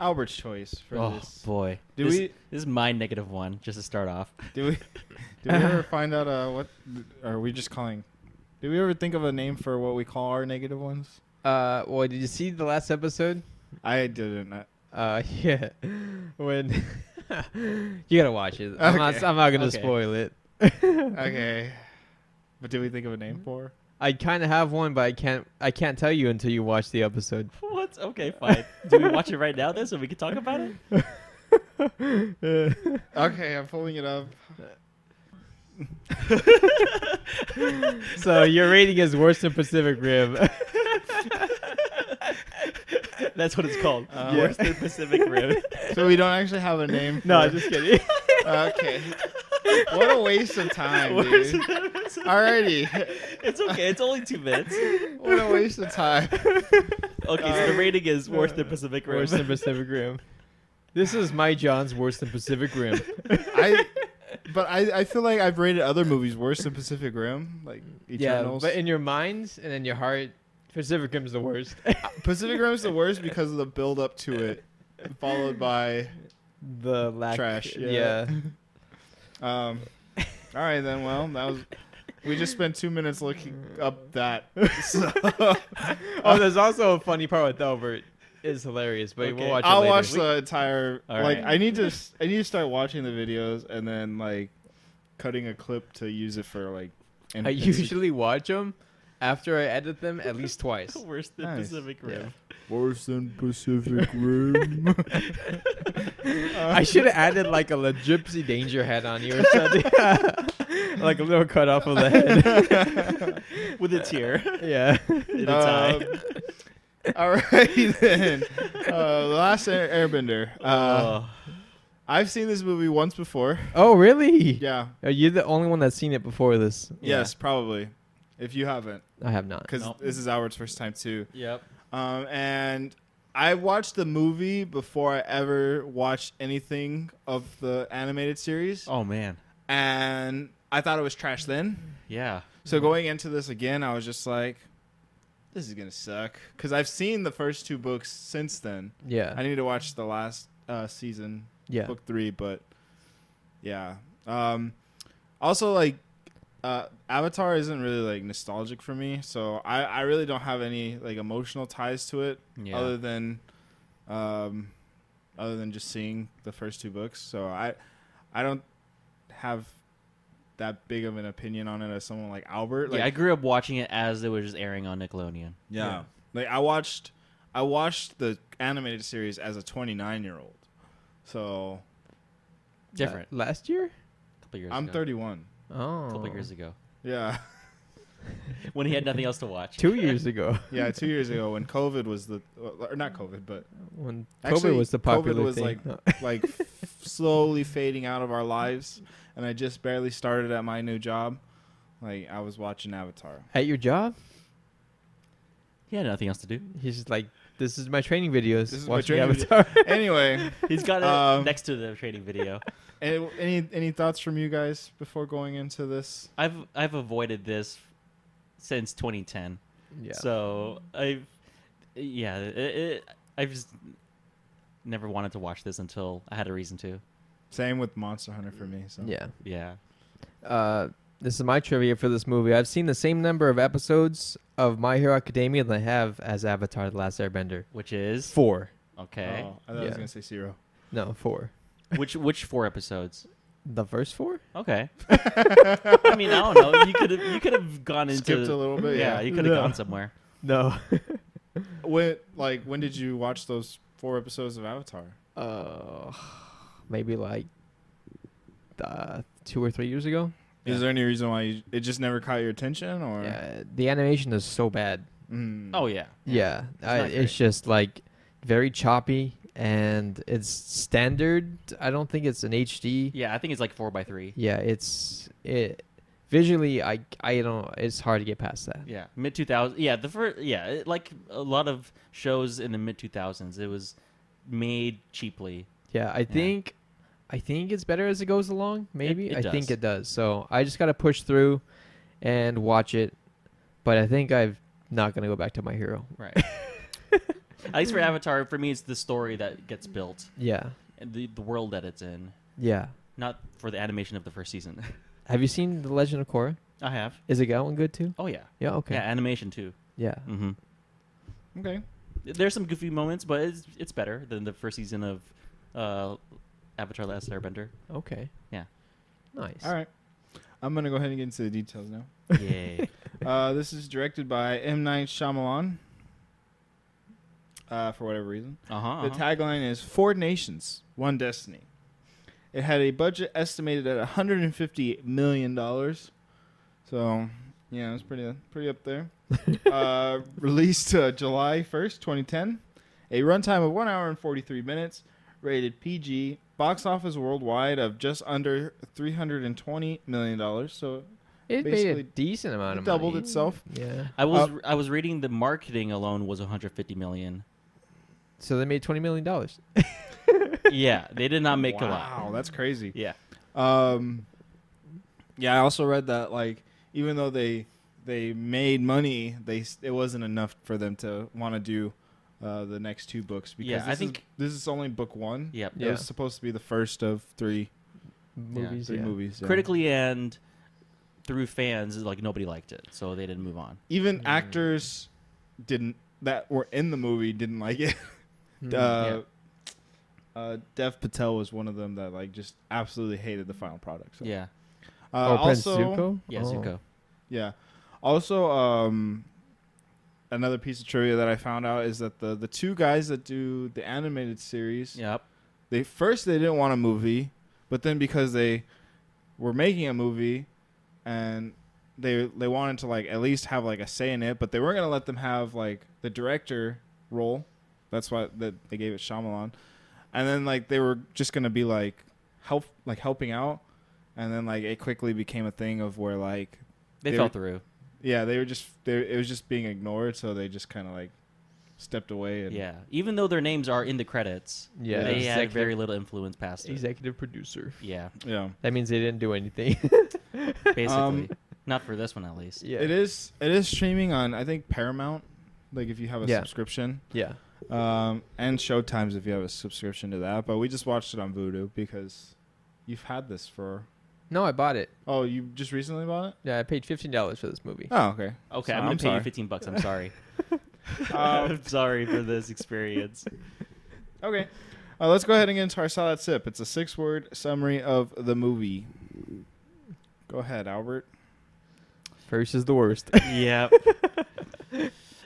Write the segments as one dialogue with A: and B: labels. A: Albert's choice for
B: oh
A: this.
B: boy,
A: Do
B: This-
A: we-
B: This is my negative one, just to start off.
A: Do we? Do we ever find out uh, what? Are we just calling? Do we ever think of a name for what we call our negative ones?
C: Uh, well, did you see the last episode?
A: I didn't. I,
C: Uh, yeah. When you gotta watch it. I'm, not,
A: Okay.
C: I'm not gonna
B: Okay.
C: spoil it.
A: okay. But do we think of a name for?
C: I kind of have one, but I can't. I can't tell you until you watch the episode.
B: What? Okay, fine. Do we watch it right now then, so we can talk about it?
A: Okay, I'm pulling it up.
C: so your rating is worse than Pacific Rim.
B: That's what it's called.
A: Uh,
B: Worse than Pacific Rim.
A: So we don't actually have a name.
C: no, I'm
A: for-
C: just kidding.
A: Okay. What a waste of time,
B: Worse
A: dude.
B: than Pacific-
A: Alrighty.
B: It's okay. It's only two minutes.
A: What a waste of time.
B: Okay, so the
A: Uh,
B: rating is worse than Pacific Rim.
C: worse than Pacific Rim. This is my John's worse than Pacific Rim.
A: I. But I, I feel like I've rated other movies worse than Pacific Rim, like Eternals.
C: but in your minds and in your heart, Pacific Rim's the worst.
A: Pacific Rim is the worst because of the build up to it, followed by
C: the lack.
A: Trash, yeah.
C: yeah.
A: Um, all right then. Well, that was. We just spent two minutes looking up that. So,
C: oh, there's also a funny part with Albert. It's hilarious, but we'll
B: Okay.
C: watch it
A: I'll
C: later.
A: watch the entire.
B: All
A: like,
B: right.
A: I need to. s- I need to start watching the videos and then like cutting a clip to use it for like. in-
C: I
A: in-
C: usually watch them after I edit them at least twice.
B: Worse than
A: Nice.
B: Pacific Rim.
A: worse than Pacific Rim.
C: I should have added like a Le gypsy danger head on you or something, like a little cut off of the head.
B: With a tear
C: yeah.
B: in its eye.
A: all right then. Uh, the last Air- Airbender. Uh,
B: Oh.
A: I've seen this movie once before.
C: Oh, really?
A: Yeah.
C: Are you the only one that's seen it before this?
A: Yes, probably. If you haven't,
C: I have not.
A: because
B: Nope.
A: this is Albert's first time too.
B: Yep.
A: Um, and I watched the movie before I ever watched anything of the animated series,
B: Oh man.
A: and I thought it was trash then.
B: Yeah.
A: So going into this again, I was just like, "This is gonna suck," because I've seen the first two books since then.
C: Yeah.
A: I need to watch the last uh, season,
C: yeah.
A: book three, but yeah. Um, also, like uh, Avatar isn't really like nostalgic for me, so I, I really don't have any like emotional ties to it
B: Yeah.
A: other than um, other than just seeing the first two books. So I I don't have that big of an opinion on it as someone like Albert. Like,
B: yeah, I grew up watching it as it was just airing on Nickelodeon.
A: yeah. Like I watched I watched the animated series as a 29 year old. So
B: Different.
C: La- last year?
B: A couple years
A: I'm
B: ago.
A: 31.
C: Oh.
B: A couple years ago.
A: Yeah.
B: When he had nothing else to watch.
C: Two years ago.
A: Yeah, 2 years ago when COVID was the uh, or not COVID, but
C: When
A: Actually,
C: COVID was the
A: COVID
C: popular
A: was,
C: thing.
A: like, like f- slowly fading out of our lives and i just barely started at my new job like i was watching avatar
C: At your job?
B: He had nothing else to do.
C: He's just like, this is my training videos.
A: This is my
C: Watch the
A: training video.
C: Avatar.
A: anyway
B: He's got it
A: Um,
B: next to the training video.
A: any, any any thoughts from you guys before going into this
B: I've I've avoided this since 2010.
C: yeah.
B: So I've yeah it, it, I've just never wanted to watch this until I had a reason to.
A: same with monster hunter for me so
C: yeah.
B: Yeah.
C: Uh, this is my trivia for this movie. I've seen the same number of episodes of My Hero Academia than I have as Avatar: The Last Airbender.
B: Which is
C: Four.
B: okay.
A: Oh, i thought i was
C: Yeah.
A: gonna say zero
C: No, four.
B: Which which four episodes?
C: The first four?
B: Okay. I mean, I don't know. You could have you could have gone into
A: skipped a little bit
B: yeah,
A: yeah,
B: you could have
C: Yeah.
B: gone somewhere.
C: No.
A: when like when did you watch those four episodes of avatar
C: Uh, maybe like uh, two or three years ago.
A: is there any reason why you, it just never caught your attention or
C: Yeah, the animation is so bad.
A: Mm.
B: Oh yeah.
C: Yeah,
B: It's
C: I,
B: not
C: it's
B: great.
C: just like very choppy and it's standard. I don't think it's an HD.
B: Yeah, I think it's like four by three.
C: Yeah, it's it visually. I I don't. It's hard to get past that.
B: Yeah, mid two thousand. Yeah, the first. Yeah, it, like a lot of shows in the mid two thousands, it was made cheaply.
C: Yeah, I think I think it's better as it goes along. Maybe
B: it
C: I think
B: does.
C: it does. So I just gotta push through and watch it. But I think I'm not gonna go back to my hero.
B: Right. At least for Avatar, for me, it's the story that gets built,
C: Yeah.
B: and the the world that it's in,
C: Yeah.
B: not for the animation of the first season.
C: Have you seen The Legend of Korra?
B: I have.
C: Is it that one good too?
B: Oh yeah.
C: Yeah. Okay.
B: Yeah, animation too.
C: Yeah.
B: Mm-hmm.
A: Okay.
B: There's some goofy moments, but it's, it's better than the first season of uh, Avatar: The Last Airbender.
C: Okay.
B: Yeah.
C: Nice.
A: All right. I'm gonna go ahead and get into the details now.
B: Yeah.
A: Uh, this is directed by M Night Shyamalan. Uh, for whatever reason.
B: Uh huh.
A: The tagline is Four Nations, One Destiny. It had a budget estimated at 150 million dollars. So, yeah, it's pretty pretty up there. uh, released uh, July 1st, 2010. A runtime of 1 hour and 43 minutes, rated PG. Box office worldwide of just under 320 million dollars. So,
C: It made
A: Basically,
C: a decent amount
A: it
C: of
A: doubled
C: money.
A: itself.
C: Yeah.
B: I was
A: Uh,
B: I was reading the marketing alone was 150 million.
C: So they made twenty million dollars.
B: yeah, they did not make a lot.
A: Wow, that's crazy.
B: Yeah.
A: Um, yeah, I also read that like even though they they made money, they s- it wasn't enough for them to want to do uh, the next two books because
B: Yeah,
A: this
B: I think-
A: is, this is only book one.
B: Yep.
A: It was supposed to be the first of three
C: Movies.
A: three
C: yeah.
A: movies. yeah.
B: Critically and through fans, like nobody liked it, so they didn't move on.
A: even actors didn't that were in the movie didn't like it.
C: Hmm.
A: uh, uh, Dev Patel was one of them that like just absolutely hated the final product. So.
B: Yeah.
A: Uh,
C: oh, Prince
A: also,
C: Zuko.
B: Yeah.
C: Oh.
B: Zuko.
A: Yeah. Also, um, another piece of trivia that I found out is that the the two guys that do the animated series,
B: Yep.
A: they first they didn't want a movie, but then because they were making a movie, and they they wanted to like at least have like a say in it, but they weren't gonna let them have like the director role. That's why that they gave it Shyamalan, and then like they were just gonna be like help like helping out, and then like it quickly became a thing of where like
B: They
A: They
B: fell
A: were-
B: through.
A: yeah, they were just they, it was just being ignored, so they just kind of like stepped away. And,
B: Yeah. Even though their names are in the credits,
C: Yeah.
B: they had
C: Executive-
B: very little influence past it.
C: Executive producer.
B: Yeah.
A: yeah.
C: That means they didn't do anything.
B: Basically.
A: Um,
B: not for this one at least.
C: yeah.
A: It is it is streaming on I think Paramount, like if you have a
C: Yeah.
A: subscription,
C: Yeah.
A: um, and Showtimes if you have a subscription to that. But we just watched it on Vudu because you've had this for
C: No, I bought it.
A: oh you just recently bought it.
C: Yeah, I paid fifteen dollars for this movie.
A: Oh okay.
B: Okay,
A: So
B: I'm gonna
A: I'm
B: pay you
A: sorry.
B: 15 bucks. I'm sorry.
A: Um,
B: I'm sorry for this experience.
A: okay. Uh, let's go ahead and get into our solid sip. It's a six word summary of the movie. Go ahead, Albert.
C: First is the worst.
B: yep.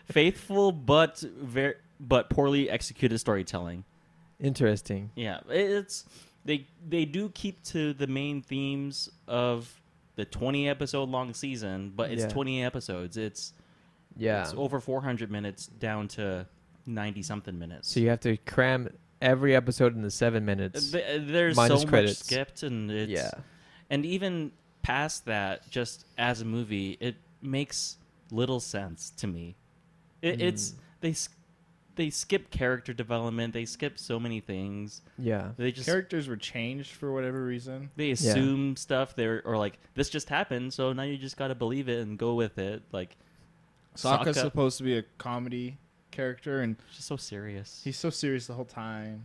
B: Faithful but very but poorly executed storytelling.
C: Interesting.
B: Yeah, it's they they do keep to the main themes of the 20 episode long season, but it's
C: Yeah.
B: 20 episodes. It's
C: Yeah.
B: it's over 400 minutes down to 90 something minutes.
C: So you have to cram every episode into seven minutes.
B: Th- uh, there's
C: minus
B: so
C: credits.
B: much skipped and it's
C: yeah.
B: and even past that just as a movie it makes little sense to me it,
C: Mm.
B: it's they s- they skip character development they skip so many things
C: Yeah.
B: they just
A: Characters were changed for whatever reason.
B: they assume stuff they or like this just happened so now you just got to believe it and go with it like
A: Sokka's
B: Sokka.
A: supposed to be a comedy character, and
B: it's just so serious
A: he's so serious the whole time.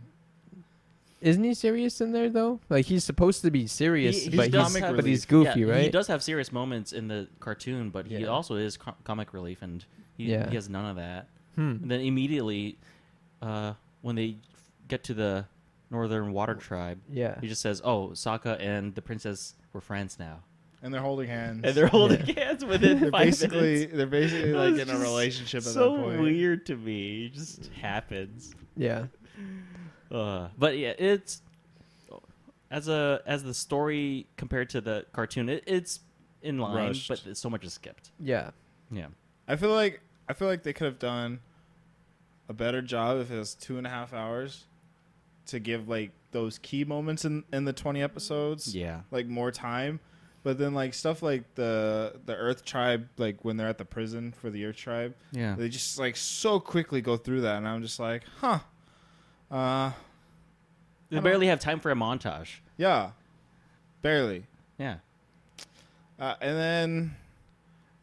C: Isn't he serious in there though? Like he's supposed to be serious,
A: He-
C: but
A: he's
C: he's,
A: comic
C: but
A: relief.
C: he's goofy,
B: yeah,
C: right?
B: He does have serious moments in the cartoon, but he
C: Yeah.
B: also is co- comic relief, and he,
C: Yeah.
B: he has none of that.
C: Hmm.
B: And then immediately, uh, when they get to the Northern Water Tribe,
C: Yeah.
B: he just says, "Oh, Sokka and the princess were friends now,"
A: And they're holding hands.
B: and they're holding
C: Yeah.
B: hands within
A: They're
B: five
A: basically
B: minutes.
A: they're basically
B: That
A: like
B: was
A: in a
B: just
A: relationship at
B: so
A: that point. Mm.
B: weird to me. It just happens.
C: yeah.
B: Uh, but yeah, it's as a as the story compared to the cartoon, it, it's in line,
A: Rushed.
B: but so much is skipped.
C: Yeah.
B: Yeah.
A: I feel like I feel like they could have done a better job if it was two and a half hours to give like those key moments in in the twenty episodes.
B: Yeah.
A: like more time. But then like stuff like the the Earth tribe, like when they're at the prison for the Earth tribe,
B: Yeah.
A: they just like so quickly go through that, and I'm just like, huh, uh,
B: They barely have time for a montage.
A: yeah, barely.
B: Yeah.
A: Uh, and then,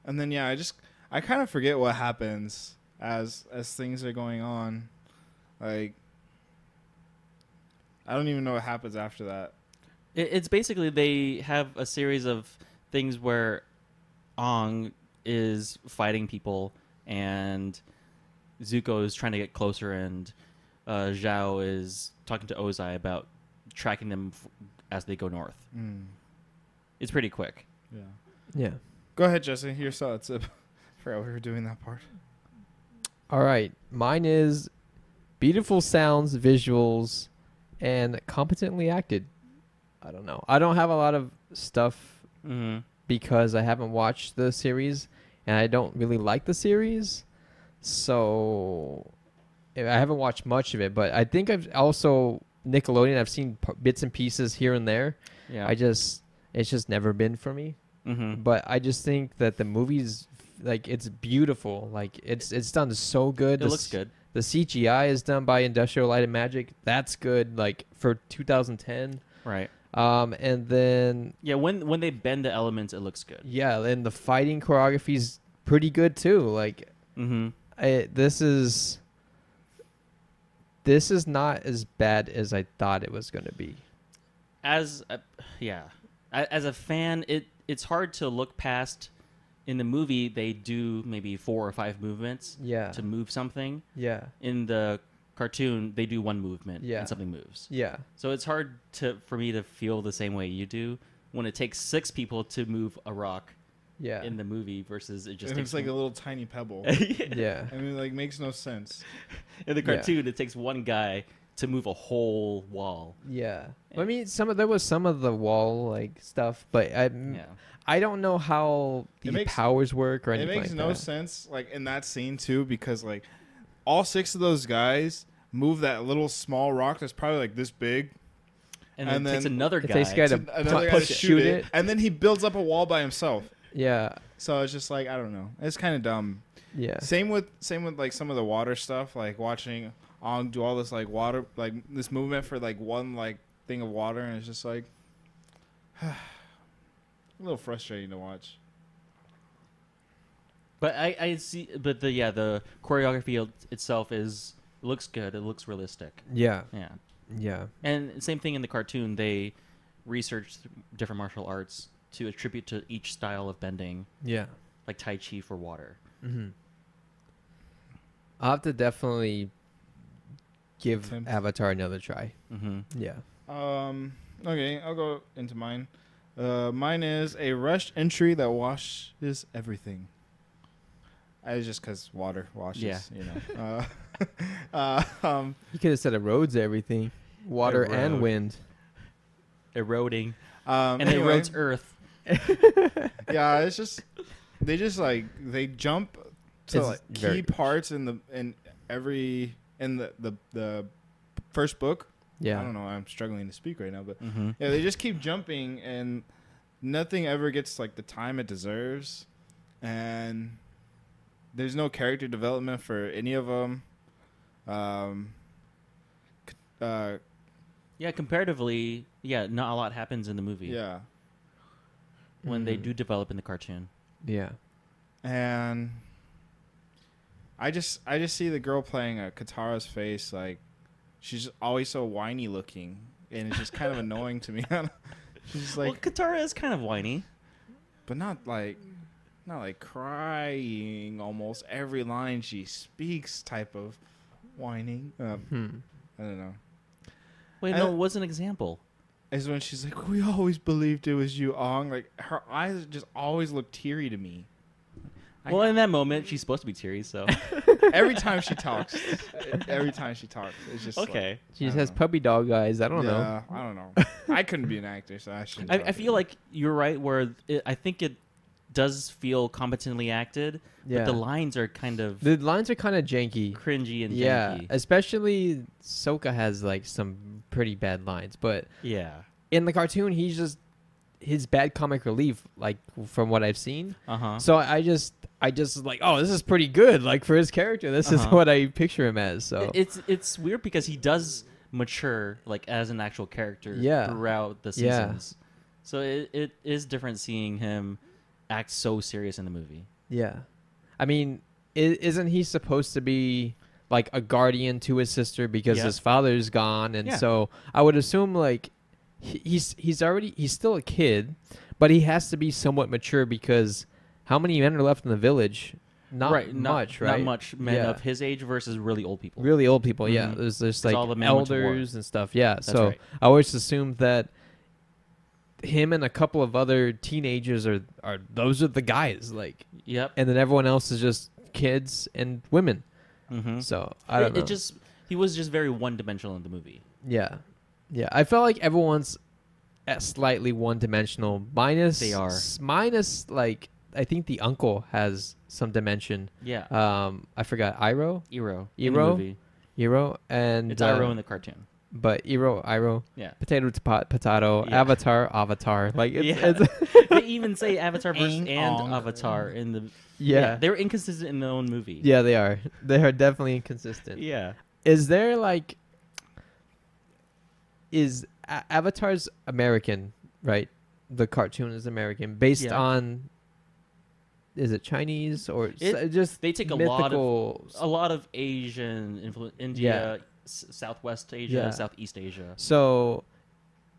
A: and then yeah, I just I kind of forget what happens as as things are going on. Like, I don't even know what happens after that.
B: It, it's basically they have a series of things where Ong is fighting people and Zuko is trying to get closer and uh, Zhao is talking to Ozai about tracking them f- as they go north. It's pretty quick.
A: Yeah.
C: Yeah.
A: Go ahead, Jesse. Your thoughts. I forgot we were doing that part.
C: All right. Mine is beautiful sounds, visuals, and competently acted. I don't know. I don't have a lot of stuff
B: Mm-hmm.
C: because I haven't watched the series and I don't really like the series. So eh, I haven't watched much of it, but I think I've also Nickelodeon. I've seen p- bits and pieces here and there.
B: Yeah.
C: I just it's just never been for me.
B: mm-hmm.
C: But I just think that the movies like it's beautiful. Like it's it's done so good.
B: It
C: The
B: looks
C: s-
B: good.
C: The CGI is done by Industrial Light and Magic. That's good. Like for 2010.
B: Right.
C: Um, and then
B: Yeah, when when they bend the elements, it looks good.
C: yeah, and the fighting choreography's pretty good too. Like
B: Mm-hmm.
C: I, this is this is not as bad as I thought it was going to be.
B: as a, yeah A- as a fan it it's hard to look past in the movie they do maybe four or five movements
C: Yeah.
B: to move something
C: Yeah.
B: in the cartoon they do one movement
C: Yeah.
B: and something moves
C: Yeah.
B: so it's hard to for me to feel the same way you do when it takes six people to move a rock
C: Yeah.
B: in the movie versus it just
A: It looks
B: takes
A: like a
B: one-
A: little tiny pebble.
C: yeah.
A: I mean, like, makes no sense.
B: in the
C: Yeah.
B: cartoon it takes one guy to move a whole wall
C: Yeah. I mean, some of there was some of the wall like stuff, but I
B: yeah
C: I don't know how
A: It
C: the
A: makes-
C: powers work or
A: It
C: anything.
A: makes
C: like
A: no
C: that.
A: sense, like in that scene too, because like all six of those guys move that little small rock that's probably like this big.
B: and then,
A: And
B: it takes
A: then
B: another
C: it
B: guy
C: takes guy
B: to-
A: to
C: pu-
A: another guy to
C: push it.
A: shoot
C: Shoot
A: it,
C: it.
A: and then he builds up a wall by himself.
C: Yeah.
A: So it's just like I don't know. It's kind of dumb.
C: Yeah.
A: Same with same with like some of the water stuff, like watching Ong do all this like water, like this movement for like one like thing of water, and it's just like a little frustrating to watch.
B: But I, I see, but the yeah, the choreography il- itself is looks good. It looks realistic.
C: Yeah.
B: Yeah,
C: Yeah.
B: and same thing in the cartoon. They researched different martial arts to attribute to each style of bending,
C: Yeah.
B: like Tai Chi for water.
C: Mm-hmm. I'll have to definitely give
A: Attempt.
C: Avatar another try.
B: Mm-hmm.
C: Yeah.
A: Um. Okay, I'll go into mine. Uh, mine is a rushed entry that washes everything. I just cause water washes.
B: Yeah.
A: You know. Uh, uh, um,
C: You could have said erodes everything. Water and
B: Erode.
C: wind.
B: Eroding
A: um,
B: and
A: anyway,
B: erodes earth.
A: yeah, it's just they just like they jump to
C: It's
A: like,
C: very
A: key
C: rushed.
A: parts in the in every in the the the first book. I
C: Yeah.
A: don't know. I'm struggling to speak right now, but
B: Mm-hmm.
A: Yeah, they just keep jumping and nothing ever gets like the time it deserves. And there's no character development for any of them. Um c- uh
B: Yeah, comparatively, yeah, not a lot happens in the movie
A: yeah. Mm-hmm.
B: when they
C: Mhm.
B: do develop in the cartoon.
C: Yeah.
A: And I just I just see the girl playing uh, Katara's face like she's always so whiny looking and it's just kind of annoying to me. she's just like
B: well, Katara is kind of whiny.
A: but not like not like crying almost every line she speaks type of whining um,
C: Hmm.
A: i don't know
B: Wait,
A: I
B: no,
A: don't-
B: it was an example.
A: is when she's like we always believed it was you ong like her eyes just always look teary to me I-
B: Well, in that moment, she's supposed to be teary, so
A: every time she talks every time she talks it's just like-
B: okay.
C: She
A: I
C: just
A: don't
C: has
A: know.
C: puppy dog eyes. I don't know.
A: yeah, i don't know i couldn't be an actor so i shouldn't
B: I,
A: talk
B: I feel
A: about it.
B: like you're right. Where it, I think it does feel competently acted,
C: Yeah.
B: but the lines are kind of
C: The lines are kind of janky.
B: cringy and
C: Yeah,
B: janky.
C: especially Soka has like some pretty bad lines, but
B: yeah.
C: in the cartoon he's just his bad comic relief like from what I've seen.
B: Uh huh.
C: So I just I just like, oh, this is pretty good like for his character. This is
B: Uh-huh.
C: what I picture him as. So
B: It's it's weird because he does mature like as an actual character
C: Yeah.
B: throughout the
C: Yeah.
B: seasons. So it, it is different seeing him act so serious in the movie.
C: yeah. I mean, is isn't he supposed to be like a guardian to his sister because
B: Yeah.
C: his father's gone, and
B: Yeah.
C: so I would assume like he- he's he's already he's still a kid, but he has to be somewhat mature because how many men are left in the village? Not much, right?
B: Not much men
C: Yeah.
B: of his age versus really old people.
C: Really old people, yeah.
B: Mhm.
C: There's there's
B: 'Cause
C: like
B: all the men went to war.
C: elders and stuff, yeah. so
B: right.
C: I always assumed that him and a couple of other teenagers are are those are the guys, like,
B: Yep.
C: and then everyone else is just kids and women.
B: hmm
C: So I don't
B: it,
C: know.
B: it just he was just very one dimensional in the movie.
C: yeah, yeah. I felt like everyone's at slightly one dimensional. Minus
B: They are.
C: s- minus like I think the uncle has some dimension.
B: Yeah.
C: Um, I forgot Iro,
B: Iro.
C: Iro?
B: In the movie.
C: Iro, and
B: It's Iro
C: uh,
B: in the cartoon.
C: but Iro, Iro.
B: Yeah.
C: potato to pot, potato,
B: Yeah.
C: avatar, avatar. Like it's,
B: yeah.
C: it's
B: they even say Avatar versus
A: Aang
B: and
A: Ong.
B: Avatar in the
C: yeah.
B: They were inconsistent in their own movie.
C: yeah, they are. They are definitely inconsistent.
B: Yeah.
C: Is there like is A- Avatar's American, right? The cartoon is American based
B: Yeah.
C: on is it Chinese or s-
B: It-
C: just
B: They take a lot of
C: mythical
B: a lot of Asian influence, India, S- Southwest Asia,
C: Yeah.
B: Southeast Asia.
C: So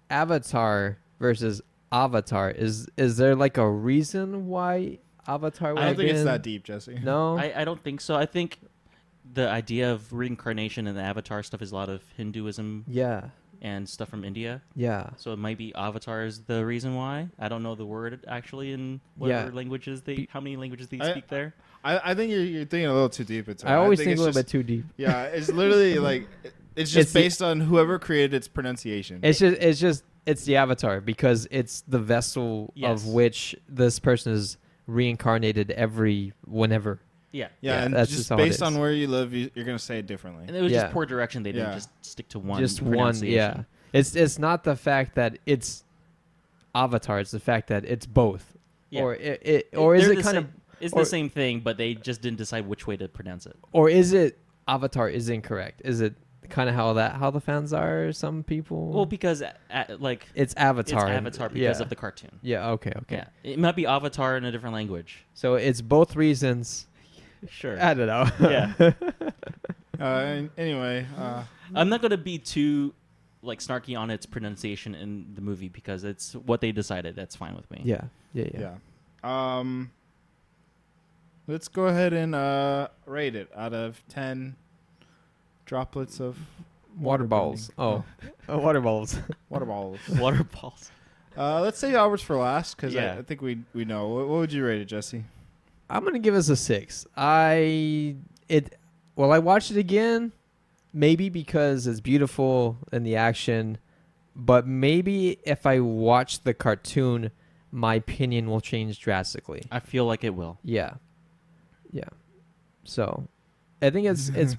C: Avatar versus Avatar is is there like a reason why Avatar
A: I don't think it's
C: went
A: that deep, Jesse.
C: No.
B: I, I don't think so. I think the idea of reincarnation and the Avatar stuff is a lot of Hinduism
C: yeah.
B: and stuff from India.
C: Yeah.
B: So it might be Avatar is the reason why. I don't know the word actually in whatever
C: Yeah.
B: languages they,
C: Be-
B: how many languages they
A: I-
B: speak there.
A: I, I think you're, you're thinking a little too deep. Into it.
C: I always think,
A: it's
C: a little
A: just,
C: bit too deep.
A: Yeah, it's literally like it's just
C: It's the-
A: based on whoever created its pronunciation.
C: It's just it's just it's the avatar because it's the vessel
B: Yes.
C: of which this person is reincarnated every whenever.
B: Yeah.
A: yeah,
C: yeah,
A: and
C: that's
A: just
C: just how it
A: based
C: is.
A: on where you live, you, you're gonna say it differently.
B: And it was
C: Yeah.
B: just poor direction. They didn't
A: Yeah.
B: just stick to one.
C: just one, yeah.
B: pronunciation.
C: It's it's not the fact that it's avatar. It's the fact that it's both.
B: Yeah.
C: Or it, it or is
B: They're
C: it
B: the
C: kind
B: same-
C: of
B: It's
C: or-
B: the same thing, but they just didn't decide which way to pronounce it.
C: or is it avatar is incorrect? Is it kind of how that how the fans are? Some people.
B: Well, because a a- like
C: it's avatar.
B: it's Avatar because
C: yeah.
B: of the cartoon.
C: Yeah. Okay. Okay.
B: Yeah, it might be Avatar in a different language.
C: So it's both reasons.
B: Sure.
C: I don't know.
A: Uh,
B: Yeah.
A: an- anyway, uh,
B: I'm not gonna be too like snarky on its pronunciation in the movie because it's what they decided. That's fine with me.
C: Yeah. Yeah. Yeah.
A: yeah. Um, let's go ahead and uh, rate it out of ten droplets of
C: Water balls.
A: burning.
C: Oh, Uh, water balls.
A: water balls.
B: Water balls.
A: Uh, let's save Albert's for last because
B: Yeah.
A: I, I think we we know. What, what would you rate it, Jesse?
C: I'm gonna give us a six. I it. Well, I watched it again, maybe because it's beautiful and the action, but maybe if I watch the cartoon, my opinion will change drastically.
B: I feel like it will.
C: Yeah, yeah. So, I think it's it's.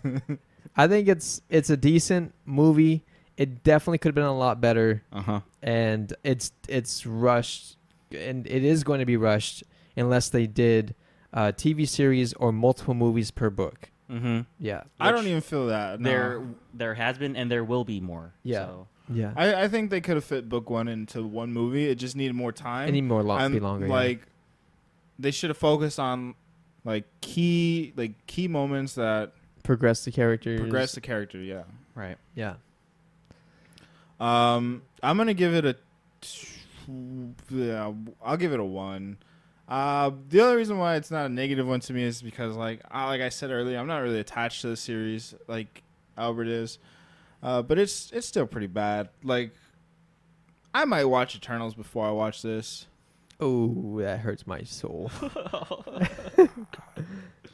C: I think it's it's a decent movie. It definitely could have been a lot better.
B: Uh huh.
C: and it's it's rushed and it is going to be rushed unless they did a TV series or multiple movies per book.
B: Mm-hmm.
C: Yeah.
A: I don't even feel that. no.
B: There, there has been and there will be more.
C: Yeah.
B: So.
C: Yeah.
A: I, I think they could have fit book one into one movie. It just needed more time.
C: I need more long,
A: And,
C: be longer. yeah.
A: Like they should have focused on like key like key moments that
C: progress the characters.
A: progress the character. Yeah.
B: Right.
C: Yeah.
A: Um, I'm gonna give it a. T- yeah, I'll give it a one. Uh, the only reason why it's not a negative one to me is because, like, I, like I said earlier, I'm not really attached to the series like Albert is, uh, but it's it's still pretty bad. Like, I might watch Eternals before I watch this.
C: Oh, that hurts my soul.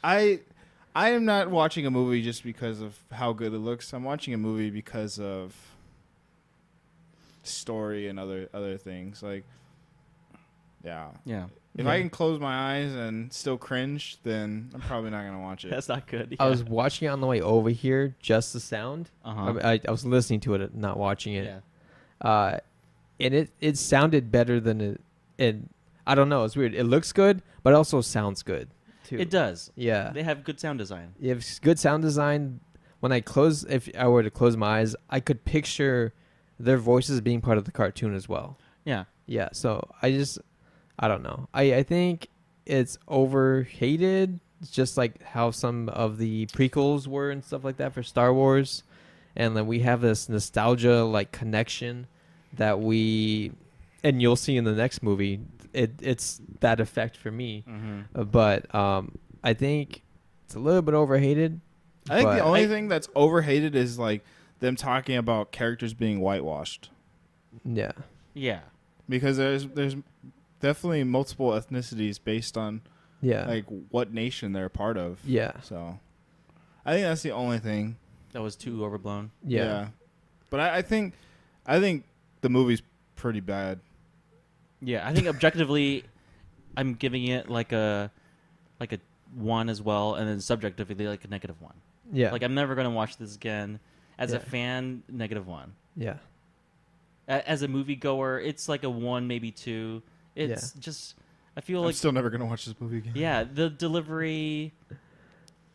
A: I I am not watching a movie just because of how good it looks. I'm watching a movie because of story and other other things. Like yeah.
B: Yeah.
A: If I can close my eyes and still cringe, then I'm probably not going to watch it.
B: That's not good.
C: I was watching it on the way over here, just the sound.
B: Uh-huh.
C: I, I, I was listening to it, not watching it.
B: Yeah.
C: uh, and it it sounded better than it. And I don't know, it's weird. It looks good, but it also sounds good too.
B: It does.
C: Yeah,
B: They have good sound design.
C: if it's good sound design, when I close, if I were to close my eyes, I could picture their voices being part of the cartoon as well.
B: Yeah.
C: Yeah, so I just, I don't know. I I think it's overhated just like how some of the prequels were and stuff like that for Star Wars, and then we have this nostalgia like connection that we, and you'll see in the next movie. It it's that effect for me,
A: Hmm.
B: Mm-hmm.
C: Uh, but um, I think it's a little bit overhated.
A: I think
C: but-
A: the only
B: I-
A: thing that's overhated is like them talking about characters being whitewashed
C: yeah,
B: Yeah.
A: because there's there's definitely multiple ethnicities based on
C: yeah,
A: like what nation they're a part of.
C: yeah,
A: So I think that's the only thing.
B: That was too overblown.
C: yeah,
A: But I, I think I think the movie's pretty bad.
B: Yeah, I think objectively, I'm giving it like a like a one as well, and then subjectively like a negative one.
C: yeah,
B: Like I'm never gonna watch this again. As a
C: Yeah.
B: fan, negative one.
C: yeah.
B: A- As a moviegoer, it's like a one, maybe two. It's just I feel
A: I'm
B: like
A: still never gonna watch this movie again.
B: yeah, the delivery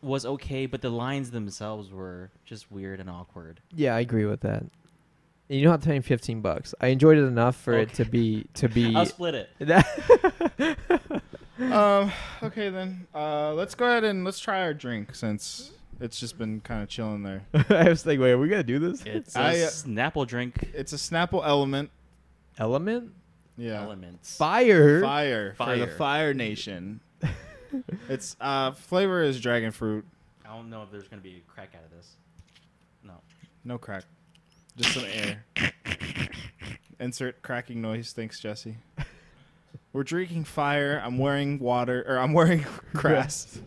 B: was okay, but the lines themselves were just weird and awkward.
C: Yeah, I agree with that. And you don't have to pay me fifteen bucks. I enjoyed it enough for it to be to be.
B: I'll split it.
A: Um. Okay then. Uh. Let's go ahead and let's try our drink since it's just been kind of chilling there.
C: I was like, wait, are we gonna do this?
B: It's a
A: I, uh,
B: Snapple drink
A: It's a Snapple Element.
C: Element
A: Yeah.
B: elements.
C: fire.
A: Fire, for the
B: Fire.
A: Fire Nation. it's uh flavor is dragon fruit,
B: I don't know if there's gonna be a crack out of this. No.
A: no crack, just some air. Insert cracking noise. Thanks, Jesse. We're drinking fire. I'm wearing water, or I'm wearing grass.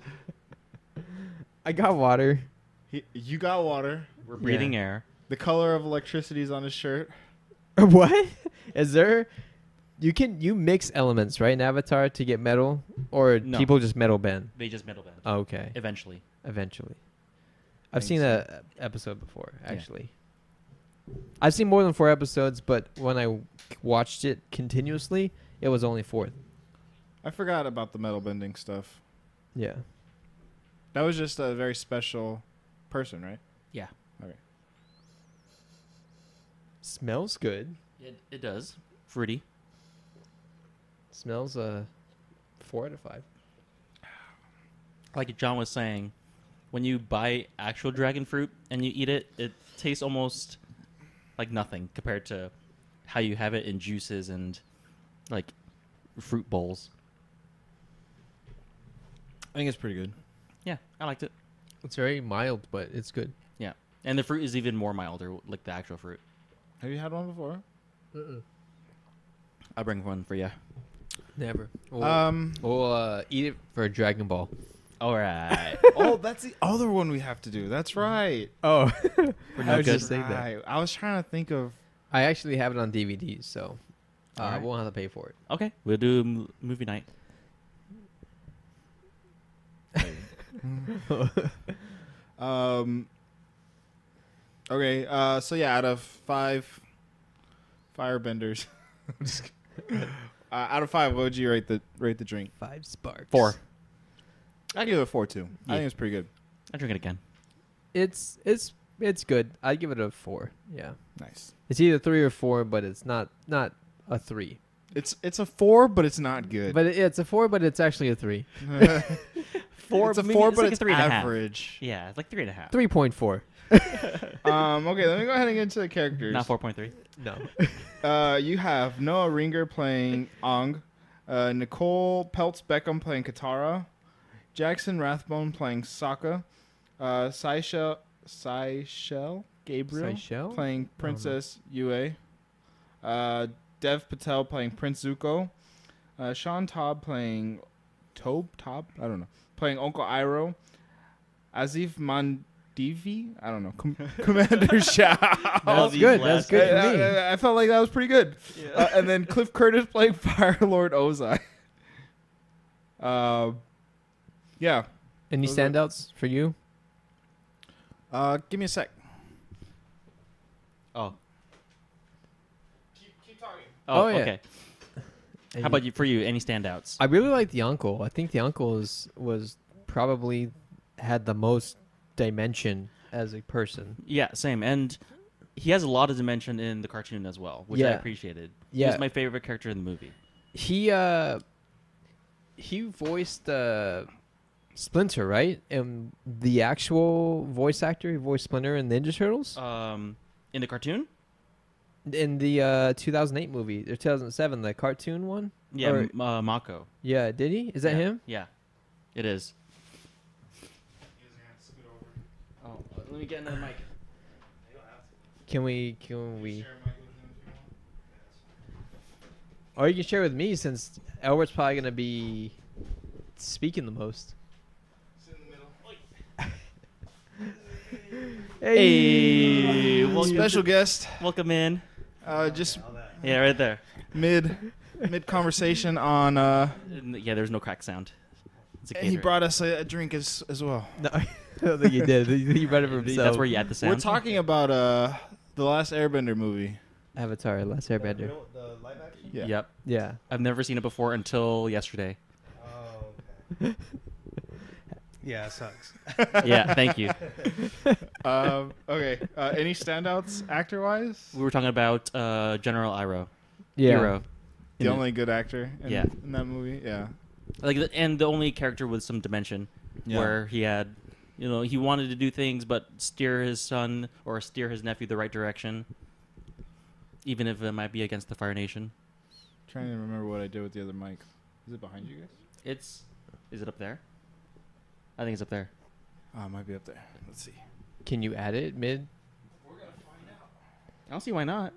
C: I got water.
A: He, you got water.
B: We're
C: Yeah.
B: breathing air.
A: The color of electricity is on his shirt.
C: what is there? You can you mix elements right in Avatar to get metal, or
B: No.
C: people just metal bend.
B: They just metal bend.
C: Okay,
B: Eventually.
C: eventually. I've
A: Think
C: seen
A: so.
C: a episode before,
B: Yeah.
C: actually. I've seen more than four episodes, but when I watched it continuously, it was only four.
A: I forgot about the metal bending stuff.
C: Yeah.
A: That was just a very special person, right?
B: Yeah.
A: Okay.
C: Smells good.
B: It, it does. Fruity.
C: Smells uh four out of five.
B: Like John was saying, when you buy actual dragon fruit and you eat it, it tastes almost like nothing compared to how you have it in juices and like fruit bowls.
A: I think it's pretty good.
B: Yeah, I liked it.
C: It's very mild, but it's good.
B: Yeah. And the fruit is even more milder, like the actual fruit.
A: Have you had one before?
B: I'll bring one for you.
C: Never.
B: Oh.
C: We'll,
A: Um.
C: we'll uh, eat it for Dragon Ball.
B: All right.
A: oh, that's the other one we have to do. That's right.
C: Oh,
B: Mm-hmm. not
C: I was
B: good.
C: just saying that.
A: Right. I was trying to think of.
C: I actually have it on DVD, so uh,
B: Alright.
C: we won't have to pay for it.
B: okay. We'll do a mo- movie night.
A: Um, okay, uh, so yeah, out of five firebenders, I'm just kidding. uh, out of five, what would you rate the rate the drink?
C: Five sparks.
B: Four.
A: I give it a four two. I
B: Yeah.
A: think it's pretty good.
B: I drink it again.
C: It's it's it's good. I'd give it a four. Yeah.
A: Nice.
C: It's either three or four, but it's not not a three.
A: It's it's a four, but it's not good.
C: But it, it's a four, but it's actually a three.
B: Four,
A: it's a
B: maybe
A: four,
B: it's
A: but
B: like a
A: it's
B: three and a half.
A: average.
B: Yeah, it's like three and a half.
C: Three point four.
A: um, okay, let me go ahead and get into the characters.
B: Not 4.3.
C: No.
A: Uh, you have Noah Ringer playing Ong, uh, Nicole Peltz Beckham playing Katara, Jackson Rathbone playing Sokka, uh, Saisha, Saishel Gabriel
C: Seychelles?
A: playing Princess Yue, uh, Dev Patel playing Prince Zuko, uh, Sean Todd playing Tob Tob I don't know playing Uncle Iroh, Azif Mandivi I don't know Com- Commander
B: Oh,
A: Shao.
C: That's good. That's
B: last
C: good
A: I,
C: for me.
A: I- I felt like that was pretty good. Uh, and then Cliff Curtis playing Fire Lord Ozai. Uh, yeah.
C: Any
A: Those are-
C: standouts for you?
A: Uh, give me a sec.
B: Oh.
A: Keep, keep talking.
B: Oh,
C: Oh, yeah.
B: okay. How about you for you? Any standouts?
C: I really like the uncle. I think the uncle is, was probably had the most dimension as a person.
B: yeah, same. And he has a lot of dimension in the cartoon as well, which I
C: Yeah.
B: appreciated. He
C: Yeah.
B: was my favorite character in the movie.
C: He uh he voiced uh Splinter, right? And the actual voice actor who voiced Splinter in Ninja Turtles
B: Um, in the cartoon?
C: in the uh, 2008 movie or 2007, the cartoon one.
B: Yeah,
C: Or-
B: M- uh, Mako.
C: yeah, did he? Is that
B: Yeah.
C: him?
B: Yeah, it is. Oh, let me get another mic.
C: Can we? Can we? Or you can share with me since Elbert's probably gonna be speaking the most.
B: Hey, welcome,
A: Special guest,
B: welcome in.
A: uh, just
B: Yeah, right there.
A: mid mid conversation on, uh,
B: And th- Yeah, there's no crack sound. It's a
A: and he
B: caterer.
A: brought us a, a drink as as well.
C: No, I don't think you did. You read it for
B: Th-
C: himself.
B: That's where you add the sound.
A: We're talking about uh, the last Airbender movie.
C: Avatar: Last Airbender.
A: Yeah.
B: Yep.
C: Yeah.
B: I've never seen it before until yesterday.
D: Oh, Yeah, it sucks.
B: yeah, thank you.
A: Um, okay. Uh, any standouts actor wise?
B: We were talking about uh, General Iroh.
C: Yeah.
B: Iroh.
A: The
B: In
A: only good actor in,
B: Yeah.
A: in that movie. Yeah.
B: like the, and the only character with some dimension
A: Yeah.
B: where he had you know he wanted to do things but steer his son or steer his nephew the right direction even if it might be against the fire nation
A: Trying to remember what I did with the other mic. Is it behind you guys?
B: it's is it up there i think it's up there
A: Oh, it might be up there. Let's see.
C: Can you add it mid?
B: i don't see why not